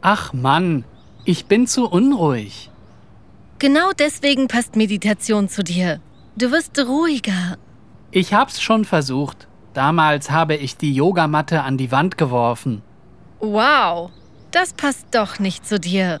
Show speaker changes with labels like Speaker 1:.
Speaker 1: Ach Mann, ich bin zu unruhig.
Speaker 2: Genau deswegen passt Meditation zu dir. Du wirst ruhiger.
Speaker 1: Ich hab's schon versucht. Damals habe ich die Yogamatte an die Wand geworfen.
Speaker 2: Wow, das passt doch nicht zu dir.